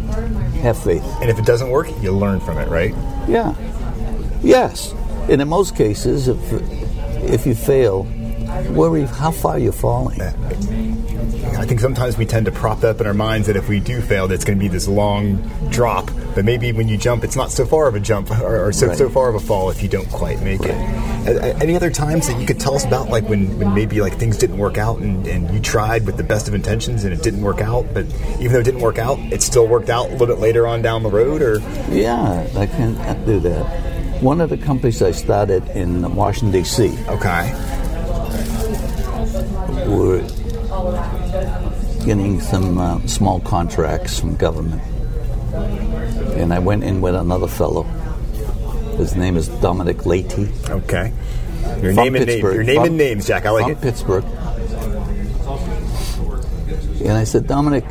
Speaker 4: Have faith.
Speaker 1: And if it doesn't work, you learn from it, right?
Speaker 4: Yeah. Yes. And in most cases, if, if you fail, worry how far you're falling.
Speaker 1: I think sometimes we tend to prop that up in our minds that if we do fail, that's going to be this long drop. But maybe when you jump, it's not so far of a jump or, or so,
Speaker 4: Right.
Speaker 1: so far of a fall if you don't quite make it. A- a- Any other times that you could tell us about, like when, when maybe like things didn't work out and, and you tried with the best of intentions and it didn't work out, but even though it didn't work out, it still worked out a little bit later on down the road, or
Speaker 4: Yeah, I can do that. One of the companies I started in Washington, D.C.
Speaker 1: okay,
Speaker 4: were getting some uh, small contracts from government. And I went in with another fellow. His name is Dominic Leahy.
Speaker 1: Okay. Your
Speaker 4: From
Speaker 1: name and names.
Speaker 4: Pittsburgh.
Speaker 1: Your name
Speaker 4: From-
Speaker 1: and names, Jack. I like
Speaker 4: from
Speaker 1: it.
Speaker 4: Pittsburgh. And I said, Dominic,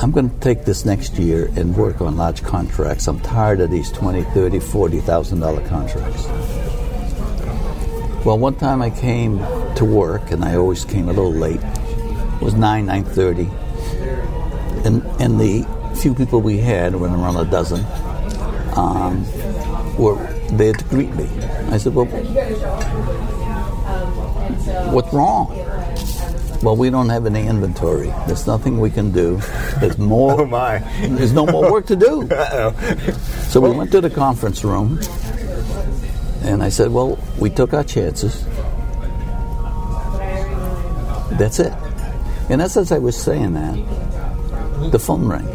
Speaker 4: I'm going to take this next year and work on large contracts. I'm tired of these twenty, thirty, forty thousand dollar contracts. Well, one time I came to work, and I always came a little late. It was nine, nine thirty, and and the few people we had, were around a dozen, um, were there to greet me. I said, "Well, What's wrong? Well, we don't have any inventory. There's nothing we can do. There's more.
Speaker 1: Oh, my.
Speaker 4: There's no more work to do.
Speaker 1: Uh-oh.
Speaker 4: So we went to the conference room, and I said, "Well, we took our chances. That's it." And as as I was saying that, the phone rang,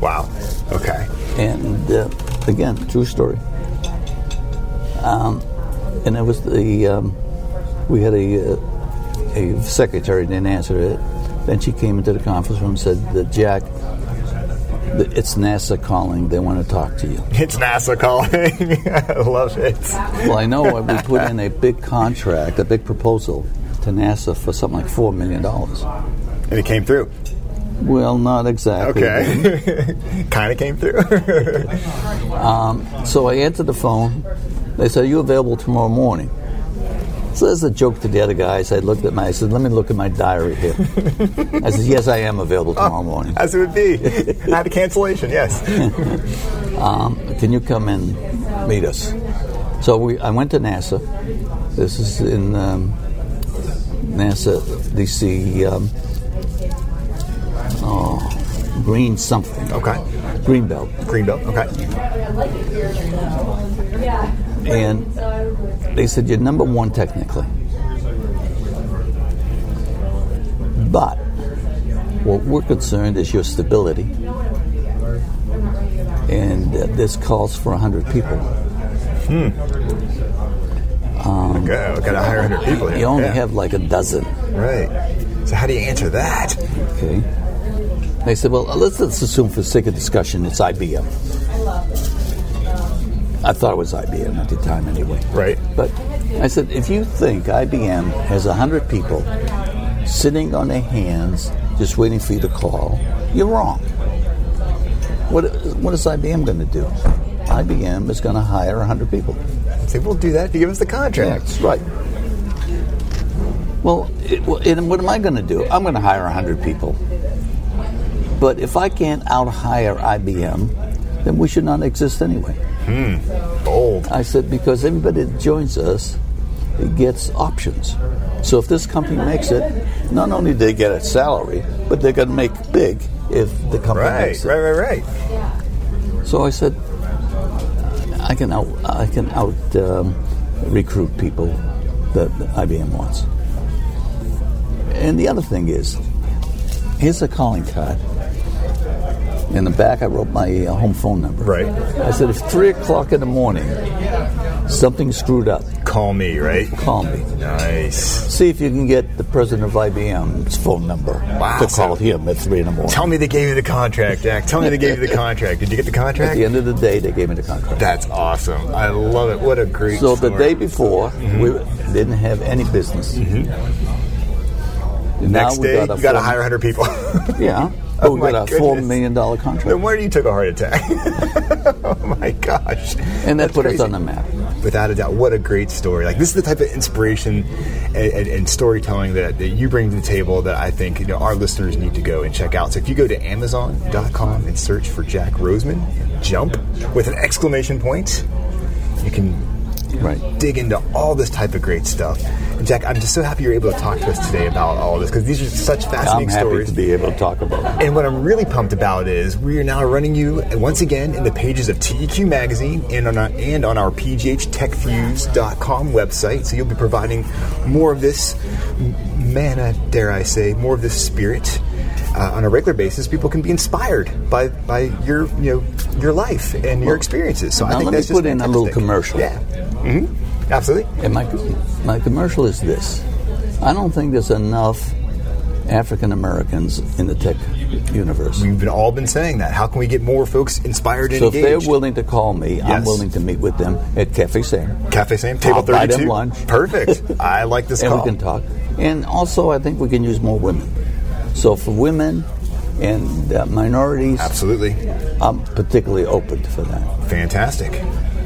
Speaker 1: Wow. Okay.
Speaker 4: and uh, again, true story. Um, and it was the um, we had a uh, a secretary didn't answer it. Then she came into the conference room and said, that "Jack, that it's NASA calling. They want to talk to you."
Speaker 1: It's NASA calling. I love it.
Speaker 4: Well, I know when we put in a big contract, a big proposal to NASA for something like $4 million.
Speaker 1: And it came through.
Speaker 4: Well, not exactly.
Speaker 1: Okay. kind of came through.
Speaker 4: Um, So I answered the phone. They said, Are you available tomorrow morning? So as a joke to the other guys, I looked at my, I said, Let me look at my diary here. I said, Yes, I am available tomorrow morning.
Speaker 1: As it would be. I had a cancellation, yes.
Speaker 4: Can you come and meet us? So we, I went to NASA. This is in um, NASA, DC. Um, oh, green something.
Speaker 1: Okay.
Speaker 4: Greenbelt.
Speaker 1: Greenbelt. Okay.
Speaker 4: And they said, You're number one technically. But what we're concerned is your stability. And uh, this calls for 100 people.
Speaker 1: Go. Got to hire 100 people here.
Speaker 4: You only
Speaker 1: Yeah.
Speaker 4: have like a dozen.
Speaker 1: Right. So how do you answer that?
Speaker 4: Okay. They said, Well, let's, let's assume for sake of discussion it's IBM. I thought it was IBM at the time anyway.
Speaker 1: Right.
Speaker 4: But I said, if you think IBM has 100 people sitting on their hands just waiting for you to call, you're wrong. What, what is IBM going to do? IBM is going to hire 100 people.
Speaker 1: Say, we'll do that if you give us the contract.
Speaker 4: That's right. Well, it, well and what am I going to do? I'm going to hire 100 people. But if I can't out hire IBM, then we should not exist anyway.
Speaker 1: Hmm. Bold.
Speaker 4: I said, because everybody that joins us gets options. So if this company makes it, not only do they get a salary, but they're going to make big if the company
Speaker 1: Right,
Speaker 4: makes it.
Speaker 1: right, right, right.
Speaker 4: So I said, I can out, I can out um, recruit people that IBM wants. And the other thing is, here's a calling card. In the back, I wrote my uh, home phone number.
Speaker 1: Right.
Speaker 4: I said, if three o'clock in the morning, something screwed up,
Speaker 1: Call me, right?
Speaker 4: call me.
Speaker 1: Nice.
Speaker 4: See if you can get the president of IBM's phone number
Speaker 1: Wow.
Speaker 4: to call him at three in the morning.
Speaker 1: Tell me they gave you the contract, Jack. Tell me they gave you the contract. Did you get the
Speaker 4: At
Speaker 1: contract?
Speaker 4: the end of the day, they gave me the contract.
Speaker 1: That's awesome. I love it. What a great
Speaker 4: So the
Speaker 1: story. Mm-hmm.
Speaker 4: day before, we didn't have any business. Now
Speaker 1: Next
Speaker 4: we
Speaker 1: day,
Speaker 4: got a
Speaker 1: you got to
Speaker 4: four-
Speaker 1: hire 100 people.
Speaker 4: Yeah, but
Speaker 1: Oh
Speaker 4: we
Speaker 1: my
Speaker 4: got a four
Speaker 1: goodness.
Speaker 4: million dollar contract,
Speaker 1: then where you took a heart attack? oh my gosh.
Speaker 4: and that
Speaker 1: That's
Speaker 4: put
Speaker 1: crazy.
Speaker 4: us on the map.
Speaker 1: Without a doubt, what a great story! Like this is the type of inspiration and, and, and storytelling that, that you bring to the table that I think you know our listeners need to go and check out. So if you go to Amazon.com and search for Jack Roseman, jump with an exclamation point, you can
Speaker 4: Right.
Speaker 1: dig into all this type of great stuff. And Jack, I'm just so happy you're able to talk to us today about all this because these are such
Speaker 4: I'm
Speaker 1: fascinating
Speaker 4: happy
Speaker 1: stories.
Speaker 4: to be able to talk about it.
Speaker 1: And what I'm really pumped about is we are now running you once again in the pages of TEQ Magazine and on our, and on our PGHTechFuse.com website. So you'll be providing more of this m- manna, dare I say, more of this spirit uh, on a regular basis. People can be inspired by by your you know your life and your experiences. So I
Speaker 4: now
Speaker 1: think
Speaker 4: let me
Speaker 1: that's just
Speaker 4: put in a little
Speaker 1: fantastic. Mm-hmm.
Speaker 4: commercial.
Speaker 1: Yeah, hmm absolutely.
Speaker 4: And my my commercial is this: I don't think there's enough African Americans in the tech universe.
Speaker 1: We've been, all been saying that. How can we get more folks inspired and
Speaker 4: So if
Speaker 1: engaged?
Speaker 4: they're willing to call me, I'm
Speaker 1: Yes.
Speaker 4: willing to meet with them at Cafe Sam.
Speaker 1: Cafe Sam, table
Speaker 4: I'll buy them
Speaker 1: 32.
Speaker 4: lunch.
Speaker 1: Perfect. I like this
Speaker 4: and
Speaker 1: call.
Speaker 4: we can talk. And also, I think we can use more women. So for women and uh, minorities,
Speaker 1: Absolutely.
Speaker 4: I'm particularly open for that.
Speaker 1: Fantastic.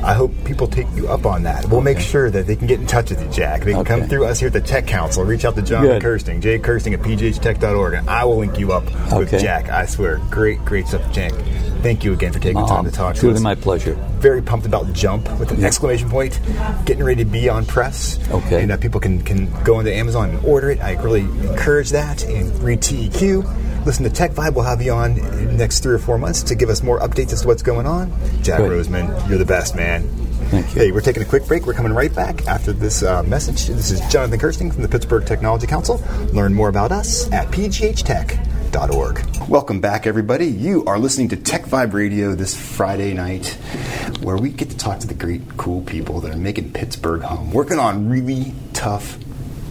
Speaker 1: I hope people take you up on that. We'll make sure that they can get in touch with you, Jack. They can come
Speaker 4: Okay.
Speaker 1: through us here at the Tech Council. Reach out to John
Speaker 4: Good.
Speaker 1: Kirsting, Jay Kirsting at pghtech.org, and I will link you up with
Speaker 4: Okay.
Speaker 1: Jack. I swear. Great, great stuff, Jack. Thank you again for taking the time
Speaker 4: Um,
Speaker 1: to talk to
Speaker 4: truly
Speaker 1: us.
Speaker 4: my pleasure.
Speaker 1: Very pumped about Jump with an exclamation point. Getting ready to be on press.
Speaker 4: Okay.
Speaker 1: And uh, people can, can go into Amazon and order it. I really encourage that. And read TEQ. Listen to Tech Vibe. We'll have you on in the next three or four months to give us more updates as to what's going on. Jack
Speaker 4: Good.
Speaker 1: Roseman, you're the best, man.
Speaker 4: Thank you.
Speaker 1: Hey, we're taking a quick break. We're coming right back after this uh, message. This is Jonathan Kirsting from the Pittsburgh Technology Council. Learn more about us at pghtech.org. Welcome back, everybody. You are listening to Tech Vibe Radio this Friday night, where we get to talk to the great, cool people that are making Pittsburgh home, working on really tough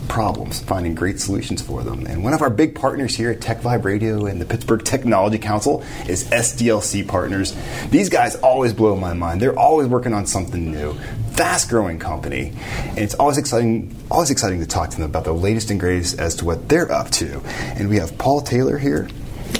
Speaker 1: problems, finding great solutions for them. And one of our big partners here at Tech Vibe Radio and the Pittsburgh Technology Council is SDLC Partners. These guys always blow my mind. They're always working on something new. Fast growing company. And it's always exciting always exciting to talk to them about the latest and greatest as to what they're up to. And we have Paul Taylor here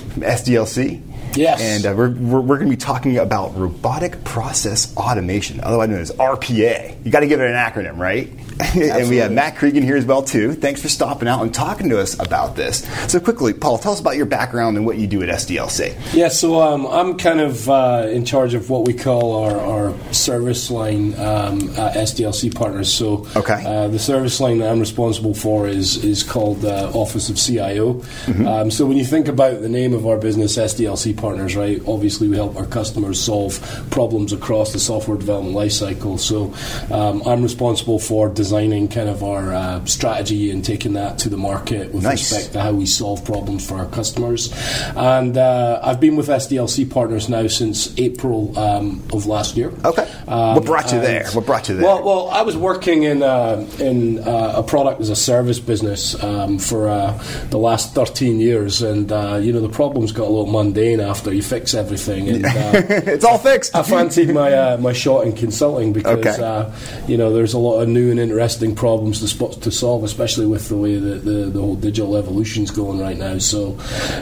Speaker 1: from SDLC.
Speaker 3: Yes.
Speaker 1: And uh, we're, we're, we're going to be talking about robotic process automation, otherwise known as RPA. You got to give it an acronym, right? and we have
Speaker 3: Absolutely.
Speaker 1: Matt Cregan here as well too. Thanks for stopping out and talking to us about this. So quickly, Paul, tell us about your background and what you do at SDLC.
Speaker 3: Yeah, so um, I'm kind of uh, in charge of what we call our, our service line um, uh, SDLC partners. So
Speaker 1: Okay.
Speaker 3: uh, the service line that I'm responsible for is is called uh, Office of CIO. Um, so when you think about the name of our business, SDLC partners, right? Obviously, we help our customers solve problems across the software development lifecycle. So um, I'm responsible for designing kind of our uh, strategy and taking that to the market with
Speaker 1: Nice.
Speaker 3: respect to how we solve problems for our customers. And uh, I've been with SDLC partners now since April um, of last year.
Speaker 1: Okay. What brought you
Speaker 3: Um, and-
Speaker 1: there? What brought you there?
Speaker 3: Well, well, I was working in uh, in uh, a product as a service business um, for uh, the last thirteen years, and uh, you know the problems got a little mundane after you fix everything. And, uh,
Speaker 1: it's all fixed.
Speaker 3: I fancied my uh, my shot in consulting because
Speaker 1: Okay.
Speaker 3: uh, you know there's a lot of new and interesting problems to spot, to solve, especially with the way that the, the whole digital evolution's going right now. So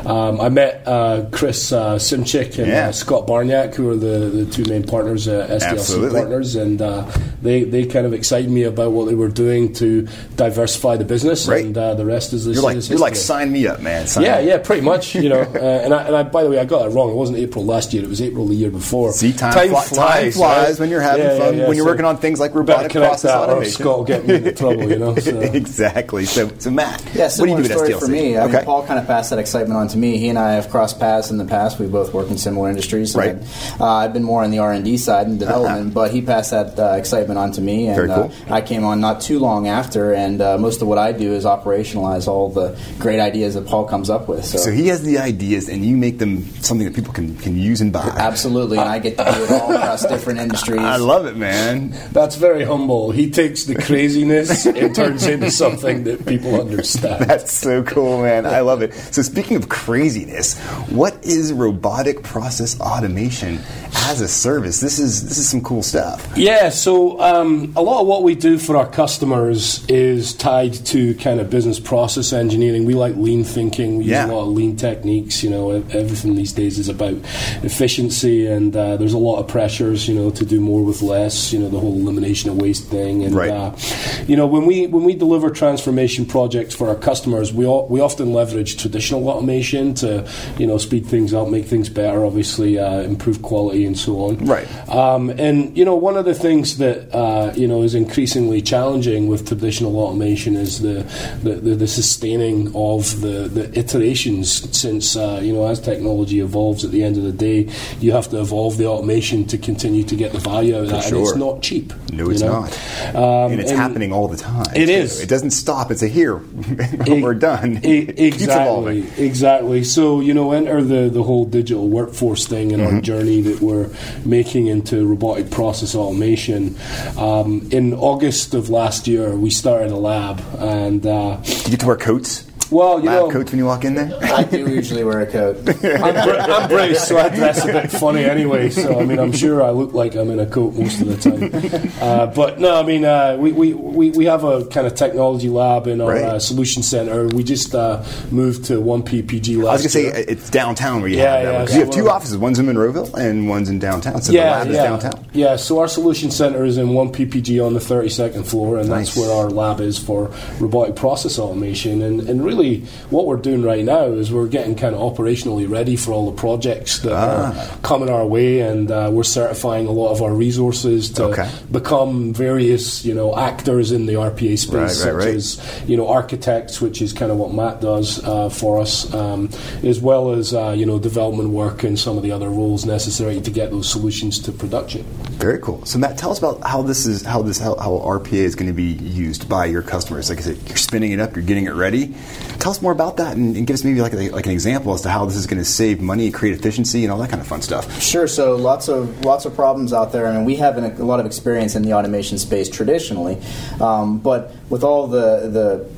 Speaker 3: um, I met uh, Chris uh, Simchick and
Speaker 1: Yeah.
Speaker 3: uh, Scott Barniak, who are the, the two main partners at SDLC
Speaker 1: Absolutely.
Speaker 3: partners, and uh, they they kind of excited me about what they were doing to diversify the business,
Speaker 1: Right.
Speaker 3: and uh, the rest is this.
Speaker 1: you're like
Speaker 3: is
Speaker 1: you're like
Speaker 3: history.
Speaker 1: sign me up, man. Sign
Speaker 3: Yeah,
Speaker 1: me
Speaker 3: yeah,
Speaker 1: up.
Speaker 3: pretty much. You know, uh, and, I, and I, by the way, I got that wrong. It wasn't April last year; it was April the year before.
Speaker 1: See, time fli- time flies when you're having fun, when you're working on things like
Speaker 3: Better
Speaker 1: robotic
Speaker 3: correct
Speaker 1: process
Speaker 3: that, or
Speaker 1: automation.
Speaker 3: Scott will get me into trouble. You know, so.
Speaker 1: exactly. So, so Matt,
Speaker 5: Yeah,
Speaker 1: what do
Speaker 5: similar
Speaker 1: you do at
Speaker 5: story
Speaker 1: SDLC?
Speaker 5: for me. I
Speaker 1: okay.
Speaker 5: mean, Paul kind of passed that excitement on to me. He and I have crossed paths in the past. We both work in similar industries.
Speaker 1: Right. Uh-huh.
Speaker 5: Uh, I've been more on the R and D side and development, but he passed that uh, excitement on to me, and
Speaker 1: Very cool.
Speaker 5: uh, I came on not too long after. And uh, most of what I do is operationalize all the great ideas that Paul comes up with. So,
Speaker 1: so he has the ideas, and you make them something that people can, can use and buy.
Speaker 5: absolutely, and I get to do it all across different industries.
Speaker 1: I love it, man.
Speaker 3: That's very humble. He takes the craziness and turns into something that people understand.
Speaker 1: That's so cool, man. I love it. So, speaking of craziness, what is robotic process automation as a service? This is this is some cool stuff.
Speaker 3: Yeah, so um, a lot of what we do for our customers is tied to kind of business process engineering. We like lean thinking. We
Speaker 1: Yeah.
Speaker 3: use a lot of lean techniques. You know, ev- everything these days is about efficiency, and uh, there's a lot of pressures. You know, to do more with less. You know, the whole elimination of waste thing, and
Speaker 1: Right.
Speaker 3: uh, you know, when we when we deliver transformation projects for our customers, we all, we often leverage traditional automation to you know speed things up, make things better, obviously uh, improve quality and so on.
Speaker 1: Right.
Speaker 3: Um, and you know, one of the things that uh, you know is increasingly challenging with traditional automation is the the, the, the sustaining of the, the iterations. Since uh, you know, as technology evolves, at the end of the day, you have to evolve the automation to continue to get the value out of that, and
Speaker 1: sure.
Speaker 3: it's not cheap.
Speaker 1: No,
Speaker 3: you
Speaker 1: it's
Speaker 3: know?
Speaker 1: not.
Speaker 3: Um,
Speaker 1: and it's happening all the time.
Speaker 3: It
Speaker 1: too.
Speaker 3: is.
Speaker 1: It doesn't stop and say, here, we're
Speaker 3: E-
Speaker 1: done.
Speaker 3: e-
Speaker 1: It keeps
Speaker 3: exactly.
Speaker 1: evolving. Mm-hmm.
Speaker 3: Exactly. So you know, enter the the whole digital workforce thing and our journey that we're we're making into robotic process automation. Um, in August of last year, we started a lab, and uh,
Speaker 1: you get to wear coats?
Speaker 3: well, you
Speaker 1: Lab
Speaker 3: know,
Speaker 1: coats when you walk in there?
Speaker 5: I do usually wear a coat.
Speaker 3: I'm, Br- I'm British, so I dress a bit funny anyway. So I mean, I'm sure I look like I'm in a coat most of the time. Uh, but no, I mean, uh, we, we, we, we have a kind of technology lab in our
Speaker 1: Right.
Speaker 3: uh, solution center. We just uh, moved to one PPG last
Speaker 1: I was gonna say
Speaker 3: year.
Speaker 1: uh, it's downtown where you
Speaker 3: Yeah,
Speaker 1: have that
Speaker 3: yeah,
Speaker 1: one. 'Cause
Speaker 3: so
Speaker 1: you have two
Speaker 3: we're-
Speaker 1: offices. One's in Monroeville and one's in downtown. So the lab is downtown.
Speaker 3: Yeah, so our solution center is in 1PPG on the 32nd floor, and
Speaker 1: Nice.
Speaker 3: that's where our lab is for robotic process automation. And, and really, what we're doing right now is we're getting kind of operationally ready for all the projects that
Speaker 1: Ah.
Speaker 3: are coming our way, and uh, we're certifying a lot of our resources to
Speaker 1: Okay.
Speaker 3: become various, you know, actors in the RPA space,
Speaker 1: Right, right,
Speaker 3: such
Speaker 1: right.
Speaker 3: as you know architects, which is kind of what Matt does uh, for us, um, as well as uh, you know development work and some of the other roles necessary to get those solutions to production.
Speaker 1: Very cool. So Matt, tell us about how this is how this how, how RPA is going to be used by your customers. Like I said, you're spinning it up, you're getting it ready. Tell us more about that and, and give us maybe like a, like an example as to how this is going to save money, create efficiency, and all that kind of fun stuff.
Speaker 5: Sure. So lots of lots of problems out there, and we have an, a lot of experience in the automation space traditionally. Um, but with all the,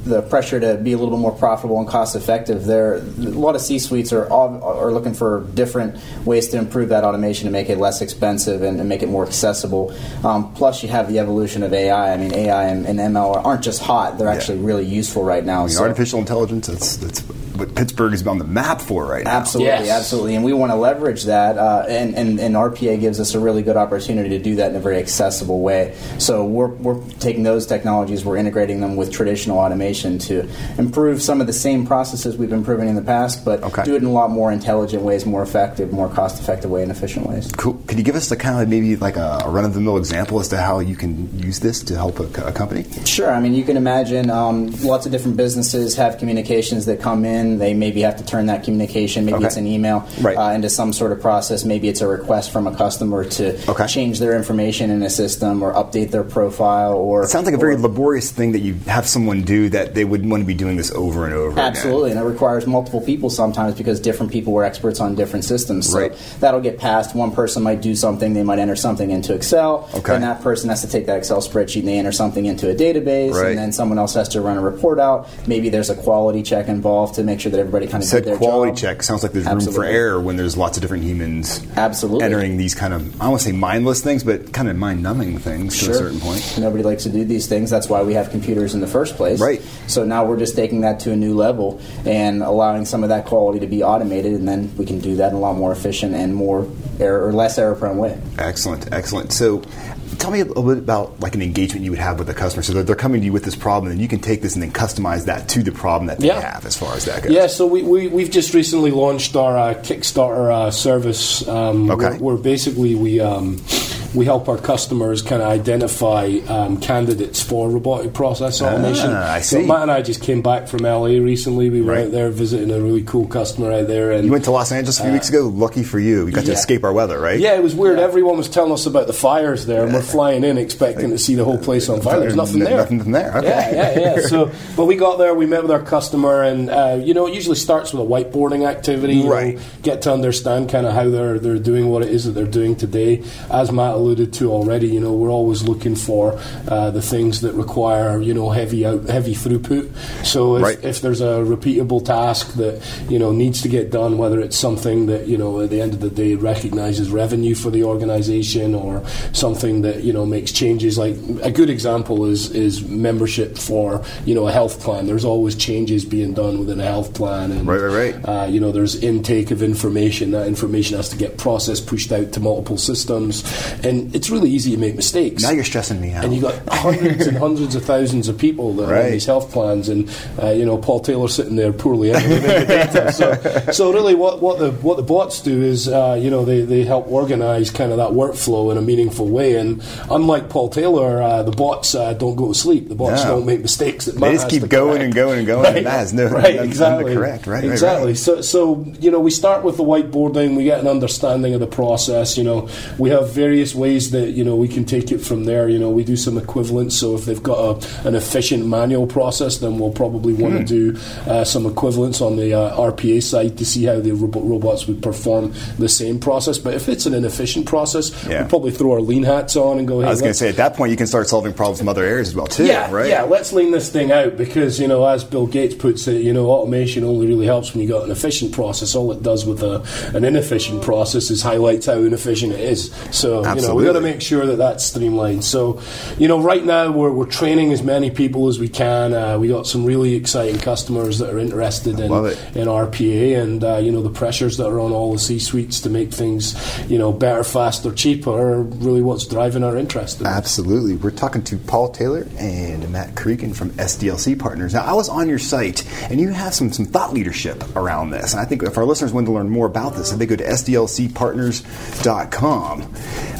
Speaker 5: the the pressure to be a little bit more profitable and cost effective, there a lot of C suites are all, are looking for different ways to improve that automation to make it less expensive and, and make it more accessible. Um, plus, you have the evolution of AI. I mean, AI and, and ML aren't just hot; they're actually really useful right now.
Speaker 1: I mean,
Speaker 5: So-
Speaker 1: artificial intelligence. That's that's what Pittsburgh is on the map for right now.
Speaker 5: Absolutely,
Speaker 3: Yes.
Speaker 5: absolutely, and we want to leverage that, uh, and, and and RPA gives us a really good opportunity to do that in a very accessible way. So we're we're taking those technologies, we're integrating them with traditional automation to improve some of the same processes we've been improving in the past, but
Speaker 1: Okay.
Speaker 5: do it in a lot more intelligent ways, more effective, more cost effective way, and efficient ways.
Speaker 1: Cool. Could you give us the kind of maybe like a run of the mill example as to how you can use this to help a, co- a company?
Speaker 5: Sure. I mean, you can imagine um, lots of different businesses have communications that come in. They maybe have to turn that communication, maybe
Speaker 1: Okay.
Speaker 5: it's an email,
Speaker 1: Right.
Speaker 5: uh, into some sort of process. Maybe it's a request from a customer to
Speaker 1: Okay.
Speaker 5: change their information in a system or update their profile. Or
Speaker 1: It sounds like a very
Speaker 5: or-
Speaker 1: laborious thing that you have someone do that they would want to be doing this over and over. again.
Speaker 5: Absolutely, and it requires multiple people sometimes because different people were experts on different systems. So
Speaker 1: Right.
Speaker 5: that'll get passed. One person might do something; they might enter something into Excel.
Speaker 1: Okay.
Speaker 5: Then that person has to take that Excel spreadsheet and they enter something into a database,
Speaker 1: Right.
Speaker 5: and then someone else has to run a report out. Maybe there's a quality check involved to make sure that everybody kind of
Speaker 1: Said
Speaker 5: did their
Speaker 1: quality
Speaker 5: job.
Speaker 1: check sounds like there's room for
Speaker 5: Absolutely.
Speaker 1: error when there's lots of different humans
Speaker 5: Absolutely.
Speaker 1: entering these kind of I don't want to say mindless things, but kind of mind numbing things to a certain point.
Speaker 5: Nobody likes to do these things. That's why we have computers in the first place.
Speaker 1: Right.
Speaker 5: So now we're just taking that to a new level and allowing some of that quality to be automated, and then we can do that in a lot more efficient and more error or less error prone way.
Speaker 1: Excellent, excellent. So, tell me a little bit about like an engagement you would have with a customer. So they're, they're coming to you with this problem, and you can take this and then customize that to the problem that they
Speaker 3: Yeah.
Speaker 1: have, as far as that goes.
Speaker 3: Yeah, so we, we, we've just recently launched our uh, Kickstarter uh, service. Um,
Speaker 1: Okay.
Speaker 3: Where, where basically we. Um, we help our customers kind of identify um, candidates for robotic process automation.
Speaker 1: Ah, I see.
Speaker 3: So Matt and I just came back from LA recently. We were
Speaker 1: Right.
Speaker 3: out there visiting a really cool customer out there, and
Speaker 1: You went to Los Angeles a few weeks ago. Lucky for you, we got to
Speaker 3: Uh, yeah.
Speaker 1: escape our weather, right?
Speaker 3: Yeah, it was weird. Everyone was telling us about the fires there, and we're flying in expecting to see the whole place on fire. There's nothing
Speaker 1: N-
Speaker 3: there.
Speaker 1: nothing there, okay.
Speaker 3: Yeah, yeah, yeah. So, but we got there. We met with our customer, and uh, you know, it usually starts with a whiteboarding activity. you know,
Speaker 1: Right.
Speaker 3: get to understand kind of how they're they're doing what it is that they're doing today. As Matt alluded to already, you know, we're always looking for uh, the things that require you know heavy out, heavy throughput. So if,
Speaker 1: Right.
Speaker 3: if there's a repeatable task that you know needs to get done, whether it's something that you know at the end of the day recognizes revenue for the organization or something that you know makes changes. Like a good example is is membership for you know a health plan. There's always changes being done within a health plan, and
Speaker 1: Right, right, right.
Speaker 3: uh, you know, there's intake of information. That information has to get processed, pushed out to multiple systems, and it's really easy to make mistakes.
Speaker 1: Now you're stressing me out.
Speaker 3: And you got hundreds and hundreds of thousands of people that are
Speaker 1: Right.
Speaker 3: on these health plans, and uh, you know, Paul Taylor sitting there poorly entering the data. So, so really, what, what the what the bots do is, uh, you know, they, they help organize kind of that workflow in a meaningful way. And unlike Paul Taylor, uh, the bots uh, don't go to sleep. The bots
Speaker 1: No.
Speaker 3: don't make mistakes. That
Speaker 1: They
Speaker 3: Matt
Speaker 1: just
Speaker 3: has
Speaker 1: keep
Speaker 3: to
Speaker 1: going
Speaker 3: correct.
Speaker 1: and going and going.
Speaker 3: Right,
Speaker 1: and that is no,
Speaker 3: right,
Speaker 1: none-
Speaker 3: exactly.
Speaker 1: none correct, right? right, right.
Speaker 3: exactly. So, so you know, we start with the whiteboarding. We get an understanding of the process. You know, we have various ways that you know we can take it from there. You know, we do some equivalents. So if they've got a, an efficient manual process, then we'll probably want
Speaker 1: Hmm.
Speaker 3: to do uh, some equivalents on the uh, RPA side to see how the robo- robots would perform the same process. But if it's an inefficient process,
Speaker 1: Yeah.
Speaker 3: we'll probably throw our lean hats on and go. Hey,
Speaker 1: I was going to
Speaker 3: let's-
Speaker 1: say at that point you can start solving problems from other areas as well too,
Speaker 3: yeah,
Speaker 1: right?
Speaker 3: Yeah, let's lean this thing out because you know, as Bill Gates puts it, you know, automation only really helps when you got an efficient process. All it does with a, an inefficient process is highlights how inefficient it is. So you know, we
Speaker 1: Absolutely.
Speaker 3: got to make sure that that's streamlined. So you know, right now we're, we're training as many people as we can. Uh, we got some really exciting customers that are interested in
Speaker 1: Love it.
Speaker 3: in RPA and uh, you know the pressures that are on all the C suites to make things you know better, faster, cheaper. Are really what's driving our interest. in it.
Speaker 1: Absolutely. We're talking to Paul Taylor and Matt Cregan from SDLC Partners. Now, I was on your site, and you have some, some thought leadership around this. And I think if our listeners want to learn more about this, if they go to sdlcpartners.com,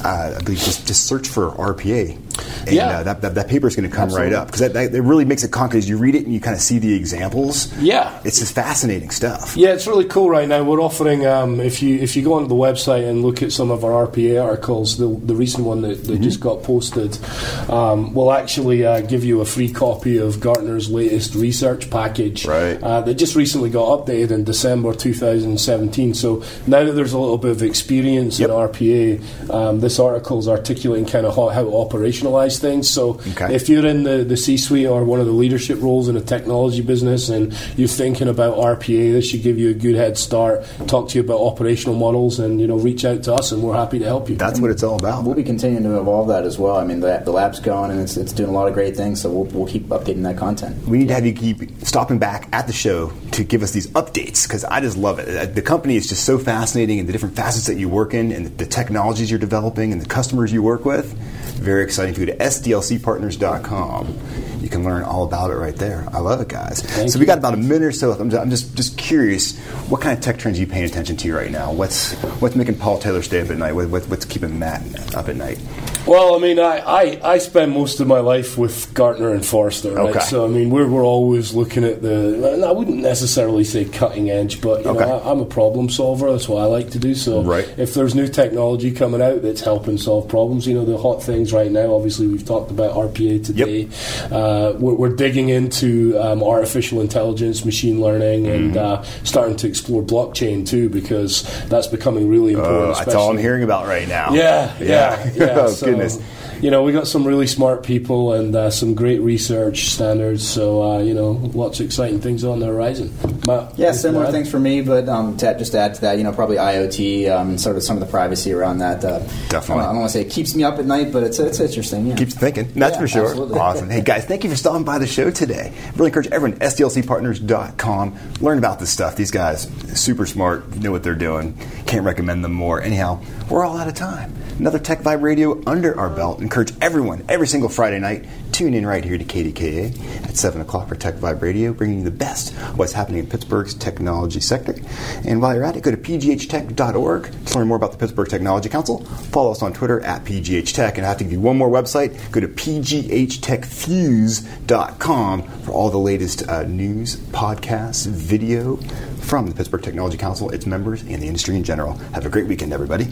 Speaker 1: uh, I believe just, just search for RPA. And
Speaker 3: Yeah.
Speaker 1: uh, that, that, that paper is going to come
Speaker 3: Absolutely.
Speaker 1: right up because that, that, that really makes it concrete. As you read it and you kind of see the examples,
Speaker 3: Yeah.
Speaker 1: it's just fascinating stuff.
Speaker 3: Yeah, it's really cool right now. We're offering um, if you if you go onto the website and look at some of our RPA articles, the, the recent one that,
Speaker 1: Mm-hmm.
Speaker 3: that just got posted um, will actually uh, give you a free copy of Gartner's latest research package.
Speaker 1: Right.
Speaker 3: Uh, that just recently got updated in December 2017. So now that there's a little bit of experience
Speaker 1: Yep.
Speaker 3: in RPA, um, this article is articulating kind of how, how to operationalize things. So
Speaker 1: Okay.
Speaker 3: if you're in the, the C suite or one of the leadership roles in a technology business and you're thinking about RPA, this should give you a good head start. Talk to you about operational models and you know reach out to us and we're happy to help you.
Speaker 1: That's what it's all about.
Speaker 5: We'll be continuing to evolve that as well. I mean, the, the lab's going and it's, it's doing a lot of great things, so we'll, we'll keep updating that content.
Speaker 1: we need to have you keep stopping back at the show to give us these updates because I just love it. Uh, The company is just so fascinating and the different facets that you work in and the technologies you're developing and the customers you work with. Very exciting. If you go to sdlcpartners.com, you can learn all about it right there. I love it, guys. so we got about a minute or so. left. I'm just, I'm just just curious, what kind of tech trends are you paying attention to right now? What's what's making Paul Taylor stay up at night? What, what, what's keeping Matt up at night?
Speaker 3: Well, I mean, I, I, I spend most of my life with Gartner and Forrester, right?
Speaker 1: Okay.
Speaker 3: So, I mean, we're, we're always looking at the, and I wouldn't necessarily say cutting edge, but, you
Speaker 1: Okay.
Speaker 3: know, I, I'm a problem solver. That's what I like to do. So,
Speaker 1: Right.
Speaker 3: if there's new technology coming out that's helping solve problems, you know, the hot things right now, obviously, we've talked about RPA today. Uh, we're, we're digging into um, artificial intelligence, machine learning,
Speaker 1: Mm-hmm.
Speaker 3: and uh, starting to explore blockchain too, because that's becoming really
Speaker 1: Uh,
Speaker 3: important.
Speaker 1: that's all I'm
Speaker 3: Oh, especially-
Speaker 1: hearing about right now.
Speaker 3: yeah, yeah, yeah.
Speaker 1: oh,
Speaker 3: So,
Speaker 1: goodness.
Speaker 3: You know, we got some really smart people and uh, some great research standards. So, uh, you know, lots of exciting things on the horizon. Matt,
Speaker 5: Yeah,
Speaker 3: anything to
Speaker 5: similar
Speaker 3: add?
Speaker 5: things for me, but um, to, just to add to that, you know, probably IoT, um, and sort of some of the privacy around that. Uh,
Speaker 1: Definitely.
Speaker 5: I don't want to say it keeps me up at night, but it's, it's interesting. Yeah.
Speaker 1: Keeps thinking. That's
Speaker 5: Yeah,
Speaker 1: for sure.
Speaker 5: absolutely.
Speaker 1: Awesome. Hey, guys, thank you for stopping by the show today. Really encourage everyone, SDLCpartners.com. Learn about this stuff. These guys, super smart, know what they're doing. Can't recommend them more. Anyhow, we're all out of time. Another Tech Vibe Radio under our belt. Encourage everyone, every single Friday night, tune in right here to KDKA at 7 o'clock for Tech Vibe Radio, bringing you the best of what's happening in Pittsburgh's technology sector. And while you're at it, go to pghtech.org to learn more about the Pittsburgh Technology Council. Follow us on Twitter at pghtech. And I have to give you one more website. Go to pghtechfuse.com for all the latest uh, news, podcasts, video from the Pittsburgh Technology Council, its members, and the industry in general. Have a great weekend, everybody.